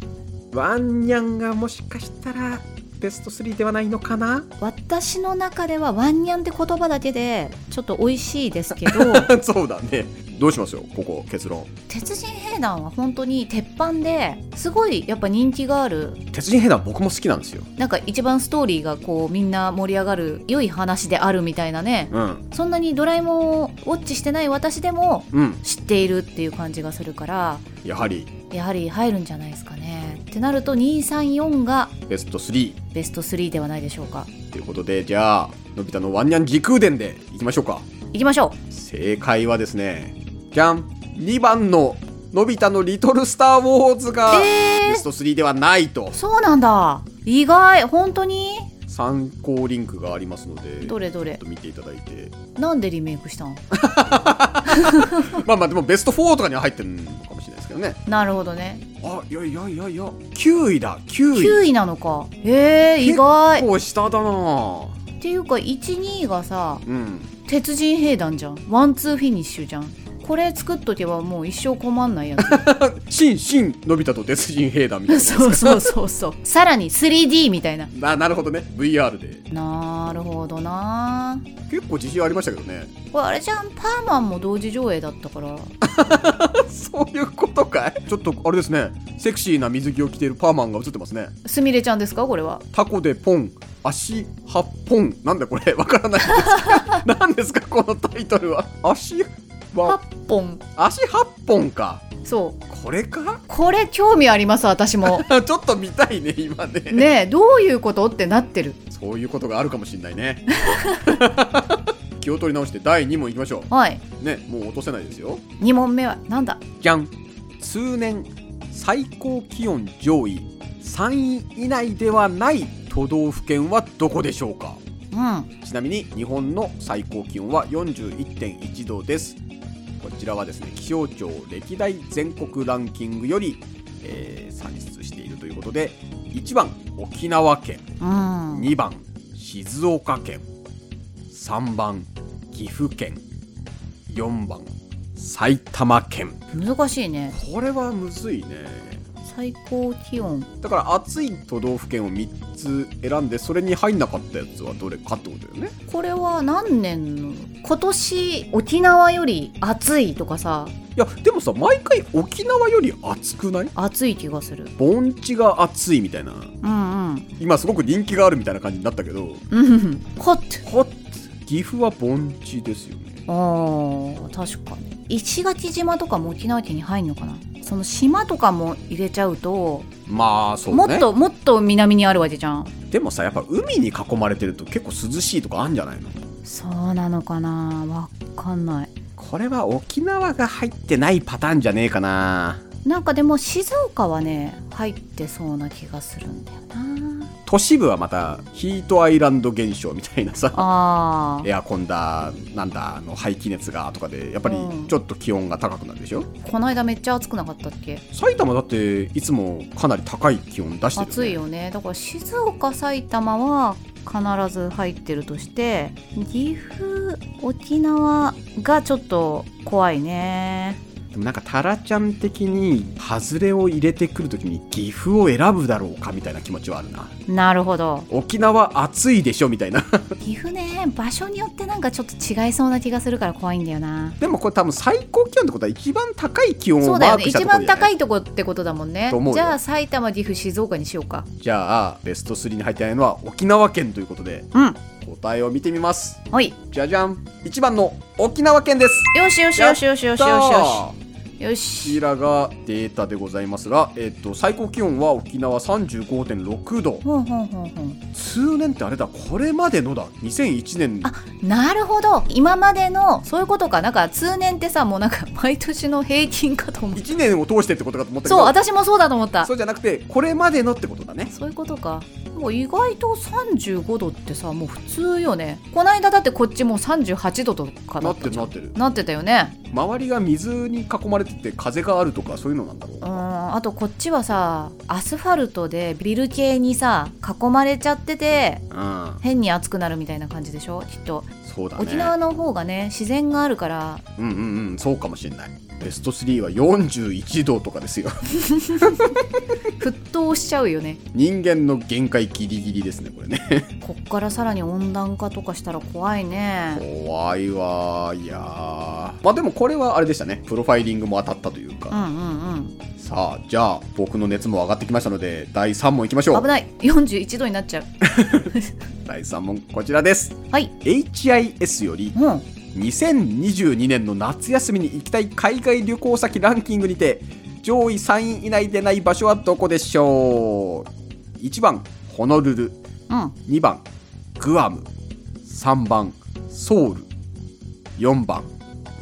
[SPEAKER 2] ワンニャンがもしかしたらベスト3ではないのかな
[SPEAKER 1] 私の中ではワンニャンって言葉だけでちょっと美味しいですけど
[SPEAKER 2] そうだねどうしますよここ結論
[SPEAKER 1] 鉄人兵団は本当に鉄板ですごいやっぱ人気がある
[SPEAKER 2] 鉄人兵団僕も好きなんですよ
[SPEAKER 1] なんか一番ストーリーがこうみんな盛り上がる良い話であるみたいなね
[SPEAKER 2] うん
[SPEAKER 1] そんなにドラえもんをウォッチしてない私でも
[SPEAKER 2] うん
[SPEAKER 1] 知っているっていう感じがするから
[SPEAKER 2] やはり
[SPEAKER 1] やはり入るんじゃないですかねってなると234が
[SPEAKER 2] ベスト3
[SPEAKER 1] ベスト3ではないでしょうか
[SPEAKER 2] ということでじゃあのび太のワンニャン時空伝でいきましょうか
[SPEAKER 1] いきましょ
[SPEAKER 2] 正解はですねじゃん2番ののび太のリトルスターウォーズ
[SPEAKER 1] う
[SPEAKER 2] が
[SPEAKER 1] え
[SPEAKER 2] ベスト3ではないと
[SPEAKER 1] ー、そうなんだ意外本当に
[SPEAKER 2] 参考リンクがありますので
[SPEAKER 1] どれど
[SPEAKER 2] ちょ
[SPEAKER 1] れ
[SPEAKER 2] っと見ていただいて
[SPEAKER 1] なんでリメイク したん
[SPEAKER 2] まあまあでもベスト4とかには入ってるのかもしれないですけどね
[SPEAKER 1] なるほどね
[SPEAKER 2] あいやいやいやいや9位だ9位
[SPEAKER 1] 9位なのかえー、意外
[SPEAKER 2] 結構下だな
[SPEAKER 1] っていうか12位がさ
[SPEAKER 2] うん
[SPEAKER 1] 鉄人兵団じゃんワンツーフィニッシュじゃんこれ作っとけばもう一生困んないや つ
[SPEAKER 2] 新新のび太と鉄人兵団みたいな
[SPEAKER 1] そうそうそうそうさらに 3D みたいな
[SPEAKER 2] ななるほどね VR で
[SPEAKER 1] なるほどな
[SPEAKER 2] 結構自信ありましたけどね
[SPEAKER 1] これあれじゃんパーマンも同時上映だったから
[SPEAKER 2] そういうことかいちょっとあれですねセクシーな水着を着ているパーマンが映ってますね
[SPEAKER 1] すみれちゃんですかこれは
[SPEAKER 2] タコでポン、足8本。なんだこれわからない んですけど。なんですかこのタイトルは。足は、
[SPEAKER 1] 8本
[SPEAKER 2] 足8本か。
[SPEAKER 1] そう
[SPEAKER 2] これか
[SPEAKER 1] これ興味あります私 も
[SPEAKER 2] ちょっと見たいね、今ね
[SPEAKER 1] ねえどういうことってなってる
[SPEAKER 2] そういうことがあるかもしんない ね。気を取り直して第2問いきましょ。
[SPEAKER 1] はいう
[SPEAKER 2] ね、もう落とせないですよ。
[SPEAKER 1] 2問目はなんだ
[SPEAKER 2] じゃん。通年、最高気温上位3位以内ではない都道府県はどこでしょうか
[SPEAKER 1] うん
[SPEAKER 2] ちなみに日本の最高気温は41.1度です。こちらはですね、気象庁歴代全国ランキングより、えー算出しているということで、1番、沖縄県、
[SPEAKER 1] うん。
[SPEAKER 2] 2番、静岡県、3番、岐阜県、4番、埼玉県。
[SPEAKER 1] 難しいね。
[SPEAKER 2] これはむずいね。
[SPEAKER 1] 最高気温。
[SPEAKER 2] だから暑い都道府県を3つ選んで、それに入んなかったやつはどれかってことだよね。
[SPEAKER 1] これは何年の今年沖縄より暑いとかさ、
[SPEAKER 2] いや、でもさ、毎回沖縄より暑くない
[SPEAKER 1] 暑い気がする。
[SPEAKER 2] 盆地が暑いみたいな。
[SPEAKER 1] うんうん。
[SPEAKER 2] 今すごく人気があるみたいな感じになったけど、
[SPEAKER 1] うん。ホッ
[SPEAKER 2] ほっ岐阜は盆地ですよね。
[SPEAKER 1] ト。ああ、確かに。石垣島とかも沖縄県に入んのかなその島とかも入れちゃうと、
[SPEAKER 2] まあ、そうね。
[SPEAKER 1] もっともっと南にあるわけじゃん。
[SPEAKER 2] でもさ、やっぱ海に囲まれてると結構涼しいとかあるんじゃないの
[SPEAKER 1] そうなのかなわかんない。
[SPEAKER 2] これは沖縄が入ってないパターンじゃねえかな。
[SPEAKER 1] なんかでも静岡はね入ってそうな気がするんだよな
[SPEAKER 2] 都市部はまたヒートアイランド現象みたいなさ。
[SPEAKER 1] あー
[SPEAKER 2] エアコンだなんだあの排気熱がとかでやっぱり
[SPEAKER 1] うん
[SPEAKER 2] ちょっと気温が高くなるでしょ、
[SPEAKER 1] この間めっちゃ暑くなかったっけ
[SPEAKER 2] 埼玉だっていつもかなり高い気温出してる、ね、
[SPEAKER 1] 暑いよねだから静岡埼玉は必ず入ってるとして岐阜沖縄がちょっと怖いね
[SPEAKER 2] でもなんかタラちゃん的に外れを入れてくるときに岐阜を選ぶだろうかみたいな気持ちはあるな
[SPEAKER 1] なるほど
[SPEAKER 2] 沖縄暑いでしょみたいな
[SPEAKER 1] 岐阜ね場所によってなんかちょっと違いそうな気がするから怖いんだよな
[SPEAKER 2] でもこれ多分最高気温ってことは一番高い気温
[SPEAKER 1] そ
[SPEAKER 2] を
[SPEAKER 1] うだ
[SPEAKER 2] マ
[SPEAKER 1] よ
[SPEAKER 2] ー
[SPEAKER 1] ね
[SPEAKER 2] クした
[SPEAKER 1] 一
[SPEAKER 2] ところ
[SPEAKER 1] 番
[SPEAKER 2] じゃ
[SPEAKER 1] 高
[SPEAKER 2] ない
[SPEAKER 1] いとこってことだもんね
[SPEAKER 2] と思うよ
[SPEAKER 1] じゃあ埼玉岐阜静岡にしようか
[SPEAKER 2] じゃあベスト3に入ってないのは沖縄県ということで
[SPEAKER 1] うん
[SPEAKER 2] 答えを見てみます
[SPEAKER 1] はい
[SPEAKER 2] じゃじゃん1番の沖縄県です
[SPEAKER 1] よしよしよしよしよしよし
[SPEAKER 2] やったー
[SPEAKER 1] よしよ
[SPEAKER 2] こ
[SPEAKER 1] し
[SPEAKER 2] ちらがデータでございますが、えっと、最高気温は沖縄35.6度
[SPEAKER 1] ほんほんほんほん
[SPEAKER 2] 通年ってあれだこれまでのだ2001年
[SPEAKER 1] あなるほど今までのそういうことかなんか通年ってさもうなんか 毎年の平均かと思う
[SPEAKER 2] 1年を通してってことかと思ったけど
[SPEAKER 1] そう私もそうだと思った
[SPEAKER 2] そうじゃなくてこれまでのってことだね
[SPEAKER 1] そういうことかもう意外と35度ってさもう普通よねこないだだってこっちもう38度とかだ
[SPEAKER 2] な
[SPEAKER 1] っ
[SPEAKER 2] って
[SPEAKER 1] た
[SPEAKER 2] る
[SPEAKER 1] じゃ
[SPEAKER 2] なんってる
[SPEAKER 1] なってたよね
[SPEAKER 2] 周りが水に囲まれてて風があるとかそういうのなんだろう
[SPEAKER 1] うんあとこっちはさアスファルトでビル系にさ囲まれちゃってて
[SPEAKER 2] うん
[SPEAKER 1] 変に暑くなるみたいな感じでしょきっと
[SPEAKER 2] そうだね
[SPEAKER 1] 沖縄の方がね自然がある から
[SPEAKER 2] うんうんうんそうかもしれないベスト3は41度とかですよ
[SPEAKER 1] 沸騰しちゃうよね
[SPEAKER 2] 人間の限界ギリギリですねこれね
[SPEAKER 1] こっからさらに温暖化とかしたら怖いね
[SPEAKER 2] 怖いわーいやーまあでもこれはあれでしたねプロファイリングも当たったという
[SPEAKER 1] う
[SPEAKER 2] か、
[SPEAKER 1] んうんうん
[SPEAKER 2] さあじゃあ僕の熱も上がってきましたので第3問いきましょう
[SPEAKER 1] 危ない41度になっちゃう
[SPEAKER 2] 第3問こちらです
[SPEAKER 1] はい
[SPEAKER 2] HIS より
[SPEAKER 1] うん
[SPEAKER 2] 2022年の夏休みに行きたい海外旅行先ランキングにて上位3位以内でない場所はどこでしょう1番ホノルル
[SPEAKER 1] うん
[SPEAKER 2] 2番グアム3番ソウル4番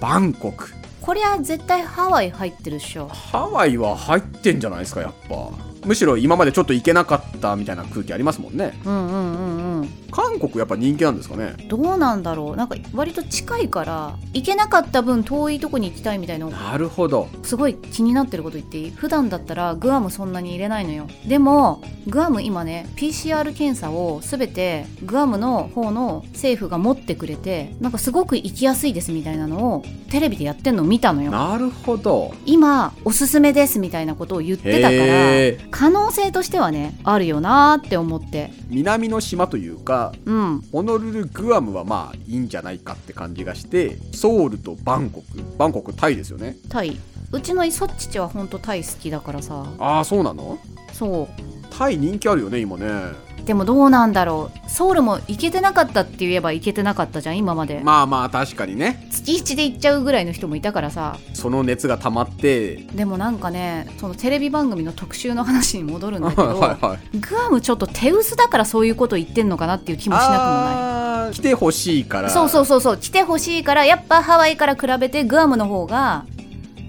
[SPEAKER 2] バンコク
[SPEAKER 1] こりゃ絶対ハワイ入ってるっしょ
[SPEAKER 2] ハワイは入ってんじゃないですかやっぱむしろ今までちょっと行けなかったみたいな空気ありますもんね
[SPEAKER 1] うんうんうんうん
[SPEAKER 2] 韓国やっぱ人気なんですかね
[SPEAKER 1] どうなんだろうなんか割と近いから行けなかった分遠いとこに行きたいみたいな
[SPEAKER 2] なるほど
[SPEAKER 1] すごい気になってること言っていい普段だったらグアムそんなに入れないのよでもグアム今ね PCR 検査を全てグアムの方の政府が持ってくれてなんかすごく行きやすいですみたいなのをテレビでやってんのを見たのよ
[SPEAKER 2] なるほど
[SPEAKER 1] 今おすすめですみたいなことを言ってたから
[SPEAKER 2] へえ
[SPEAKER 1] 可能性としてはねあるよなーって思って
[SPEAKER 2] 南の島というか
[SPEAKER 1] うん
[SPEAKER 2] ホノルルグアムはまあいいんじゃないかって感じがしてソウルとバンコクバンコクタイですよね
[SPEAKER 1] タイうちのそっちはほんとタイ好きだからさ
[SPEAKER 2] ああそうなの
[SPEAKER 1] そう
[SPEAKER 2] タイ人気あるよね今ね
[SPEAKER 1] でもどうなんだろうソウルも行けてなかったって言えば行けてなかったじゃん今まで、
[SPEAKER 2] まあまあ確かにね
[SPEAKER 1] 月一で行っちゃうぐらいの人もいたからさ
[SPEAKER 2] その熱が溜まって
[SPEAKER 1] でもなんかねそのテレビ番組の特集の話に戻るんだけど
[SPEAKER 2] はいはい
[SPEAKER 1] グアムちょっと手薄だからそういうこと言ってんのかなっていう気もしなくもない
[SPEAKER 2] あー来てほしいから
[SPEAKER 1] そうそうそうそう来てほしいからやっぱハワイから比べてグアムの方が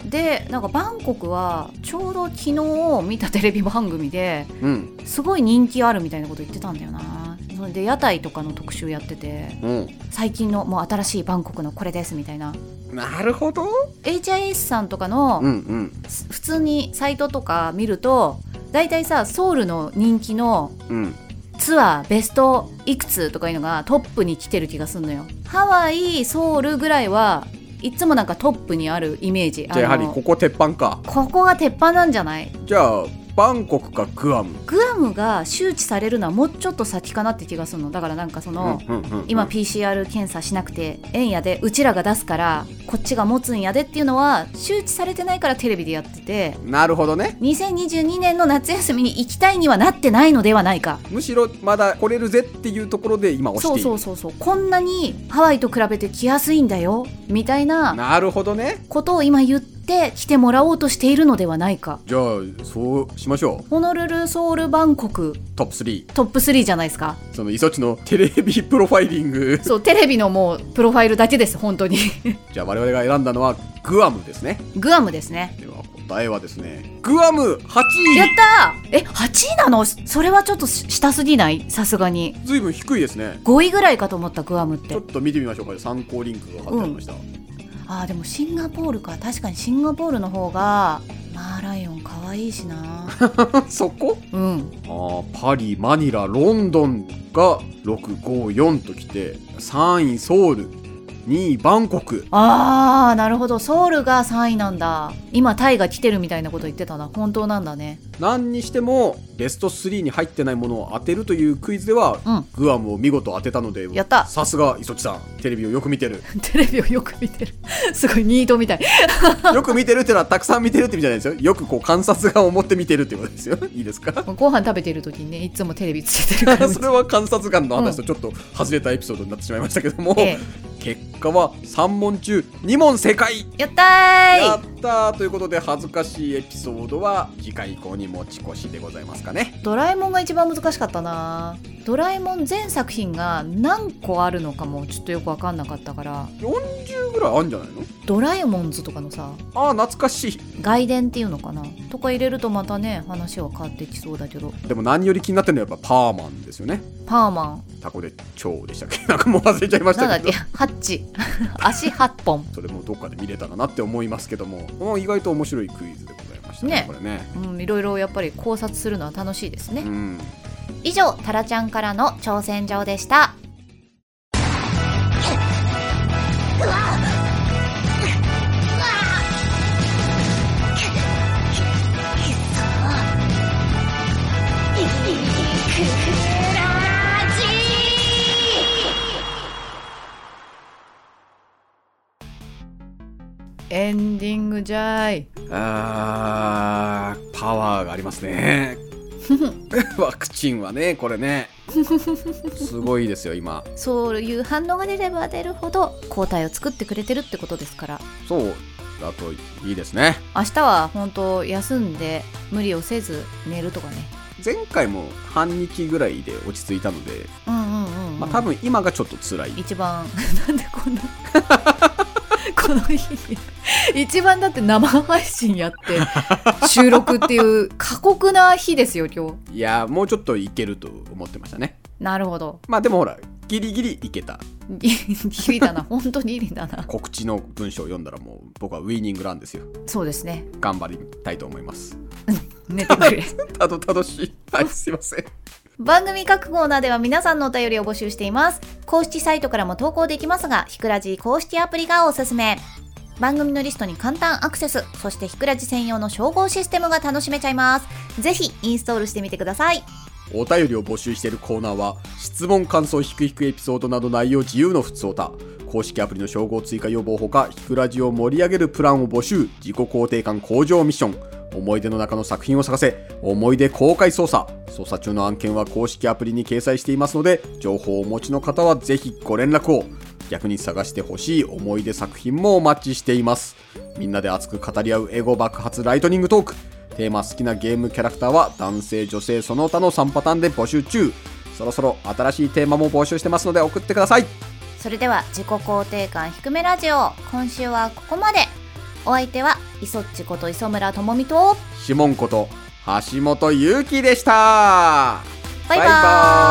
[SPEAKER 1] でなんかバンコクはちょうど昨日見たテレビ番組で
[SPEAKER 2] うん
[SPEAKER 1] すごい人気あるみたいなこと言ってたんだよなそれで屋台とかの特集やってて
[SPEAKER 2] うん
[SPEAKER 1] 最近のもう新しいバンコクのこれですみたいな
[SPEAKER 2] なるほど。
[SPEAKER 1] HIS さんとかの、
[SPEAKER 2] うんうん
[SPEAKER 1] す普通にサイトとか見ると大体さソウルの人気の
[SPEAKER 2] うん。
[SPEAKER 1] ツアーベストいくつとかいうのがトップに来てる気がすんのよハワイソウルぐらいはいつもなんかトップにあるイメージ
[SPEAKER 2] じゃあやはり
[SPEAKER 1] あの
[SPEAKER 2] ここ鉄板か。
[SPEAKER 1] ここが鉄板なんじゃない
[SPEAKER 2] じゃあバンコクかグアム。
[SPEAKER 1] グアムが周知されるのはもうちょっと先かなって気がするのだからなんかその、
[SPEAKER 2] うんうんうん
[SPEAKER 1] 今 PCR 検査しなくて円やでうちらが出すからこっちが持つんやでっていうのは周知されてないからテレビでやってて
[SPEAKER 2] なるほどね。
[SPEAKER 1] 2022年の夏休みに行きたいにはなってないのではないか
[SPEAKER 2] むしろまだ来れるぜっていうところで今押し
[SPEAKER 1] そ
[SPEAKER 2] て
[SPEAKER 1] う
[SPEAKER 2] いる。
[SPEAKER 1] そうそうそうこんなにハワイと比べて来やすいんだよみたいな
[SPEAKER 2] なるほどね。
[SPEAKER 1] ことを今言って来てもらおうとしているのではないか
[SPEAKER 2] じゃあそうしましょ
[SPEAKER 1] ホノルルソウルバンコク
[SPEAKER 2] う。トップ3。
[SPEAKER 1] トップ3じゃないですか
[SPEAKER 2] そのイソチのテレビプロファイリング。
[SPEAKER 1] そうテレビのもうプロファイルだけです本当に
[SPEAKER 2] じゃあ我々が選んだのはグアムですね。
[SPEAKER 1] グアムですね
[SPEAKER 2] では答えはですね、グアム8
[SPEAKER 1] やっ
[SPEAKER 2] 位。
[SPEAKER 1] たーえ8位なのそれはちょっと下すぎないさすがに
[SPEAKER 2] ずいぶん低いですね。
[SPEAKER 1] 5位ぐらいかと思ったグアムっ
[SPEAKER 2] ちょ
[SPEAKER 1] て
[SPEAKER 2] っと見てみましょうか。参考リンクが貼ってありました。
[SPEAKER 1] あーでもシンガポールか確かにシンガポールの方がマーライオン可愛いし な
[SPEAKER 2] そこ
[SPEAKER 1] うん
[SPEAKER 2] あーパリ、マニラ、ロンドンが654ときて、3位ソウル、2位バンコク。
[SPEAKER 1] あーなるほどソウルが3位なんだ今タイが来てるみたいなこと言ってたな本当なんだね
[SPEAKER 2] 何にしてもベスト3に入ってないものを当てるというクイズでは、
[SPEAKER 1] うん
[SPEAKER 2] グアムを見事当てたので
[SPEAKER 1] やった
[SPEAKER 2] さすが磯地さんテレビをよく見てる
[SPEAKER 1] テレビをよく見てる すごいニートみたい
[SPEAKER 2] よく見てるってのはたくさん見てるって意味じゃないですよよくこう観察眼を持って見てるってことですよ いいです か
[SPEAKER 1] ご飯食べてる時にねいつもテレビつけてるから
[SPEAKER 2] それは観察眼の話とちょっと外れたエピソードになってしまいましたけども、
[SPEAKER 1] え
[SPEAKER 2] 結果は3問中2問正解
[SPEAKER 1] えやった
[SPEAKER 2] や
[SPEAKER 1] ー
[SPEAKER 2] っ
[SPEAKER 1] い
[SPEAKER 2] たーということで恥ずかしいエピソードは次回以降に持ち越しでございますかね
[SPEAKER 1] ドラえもんが一番難しかったなドラえもん全作品が何個あるのかもちょっとよく分かんなかったから
[SPEAKER 2] 40ぐらいあるんじゃないの
[SPEAKER 1] ドラえもんズとかのさ
[SPEAKER 2] ああ懐かしい
[SPEAKER 1] 外伝っていうのかなとか入れるとまたね話は変わってきそうだけど
[SPEAKER 2] でも何より気になってるのはやっぱパーマンですよね
[SPEAKER 1] パーマン
[SPEAKER 2] タコで蝶でしたっけ なんかもう忘れちゃいまし
[SPEAKER 1] なんだ
[SPEAKER 2] た
[SPEAKER 1] っ
[SPEAKER 2] けど
[SPEAKER 1] けハッチ 足8本
[SPEAKER 2] それもどっかで見れたらなって思いますけどももう意外と面白いクイズでございましたね
[SPEAKER 1] ね
[SPEAKER 2] これね
[SPEAKER 1] うん、いろいろやっぱり考察するのは楽しいです
[SPEAKER 2] う
[SPEAKER 1] ね。
[SPEAKER 2] ん
[SPEAKER 1] 以上、タラちゃんからの挑戦状でした。エンディングじゃい。
[SPEAKER 2] あーパワーがあります ねワクチンはねこれねすごいですよ今
[SPEAKER 1] そういう反応が出れば出るほど抗体を作ってくれてるってことですから
[SPEAKER 2] そうだといいですね
[SPEAKER 1] 明日は本当休んで無理をせず寝るとかね
[SPEAKER 2] 前回も半日ぐらいで落ち着いたので、
[SPEAKER 1] うんうんうんうん、
[SPEAKER 2] まあ、多分今がちょっと辛い
[SPEAKER 1] 一番 なんでこんなこの日に一番だって生配信やって収録っていう過酷な日ですよ今日
[SPEAKER 2] いやーもうちょっといけると思ってましたね
[SPEAKER 1] なるほど
[SPEAKER 2] まあでもほらギリギリいけた
[SPEAKER 1] ギリギリだな本当にギリだな
[SPEAKER 2] 告知の文章を読んだらもう僕はウィーニングランですよ
[SPEAKER 1] そうですね
[SPEAKER 2] 頑張りたいと思います
[SPEAKER 1] 寝てくれ
[SPEAKER 2] たどたどしいはいすいません
[SPEAKER 1] 番組各コーナーでは皆さんのお便りを募集しています公式サイトからも投稿できますがひくらじ公式アプリがおすすめ番組のリストに簡単アクセスそしてひくらじ専用の称号システムが楽しめちゃいますぜひインストールしてみてください
[SPEAKER 2] お便りを募集しているコーナーは質問感想ひくひくエピソードなど内容自由のふつおた公式アプリの称号追加要望ほかひくラジオを盛り上げるプランを募集自己肯定感向上ミッション思い出の中の作品を探せ思い出公開捜査捜査中の案件は公式アプリに掲載していますので情報をお持ちの方はぜひご連絡を逆に探してほしい思い出作品もお待ちしていますみんなで熱く語り合うエゴ爆発ライトニングトークテーマ好きなゲームキャラクターは男性女性その他の3パターンで募集中そろそろ新しいテーマも募集してますので送ってください
[SPEAKER 1] それでは自己肯定感低めラジオ今週はここまでお相手は磯っちこと磯村智美と
[SPEAKER 2] シモンこと橋本ゆうきでした
[SPEAKER 1] バイバ
[SPEAKER 2] バイ
[SPEAKER 1] ーイ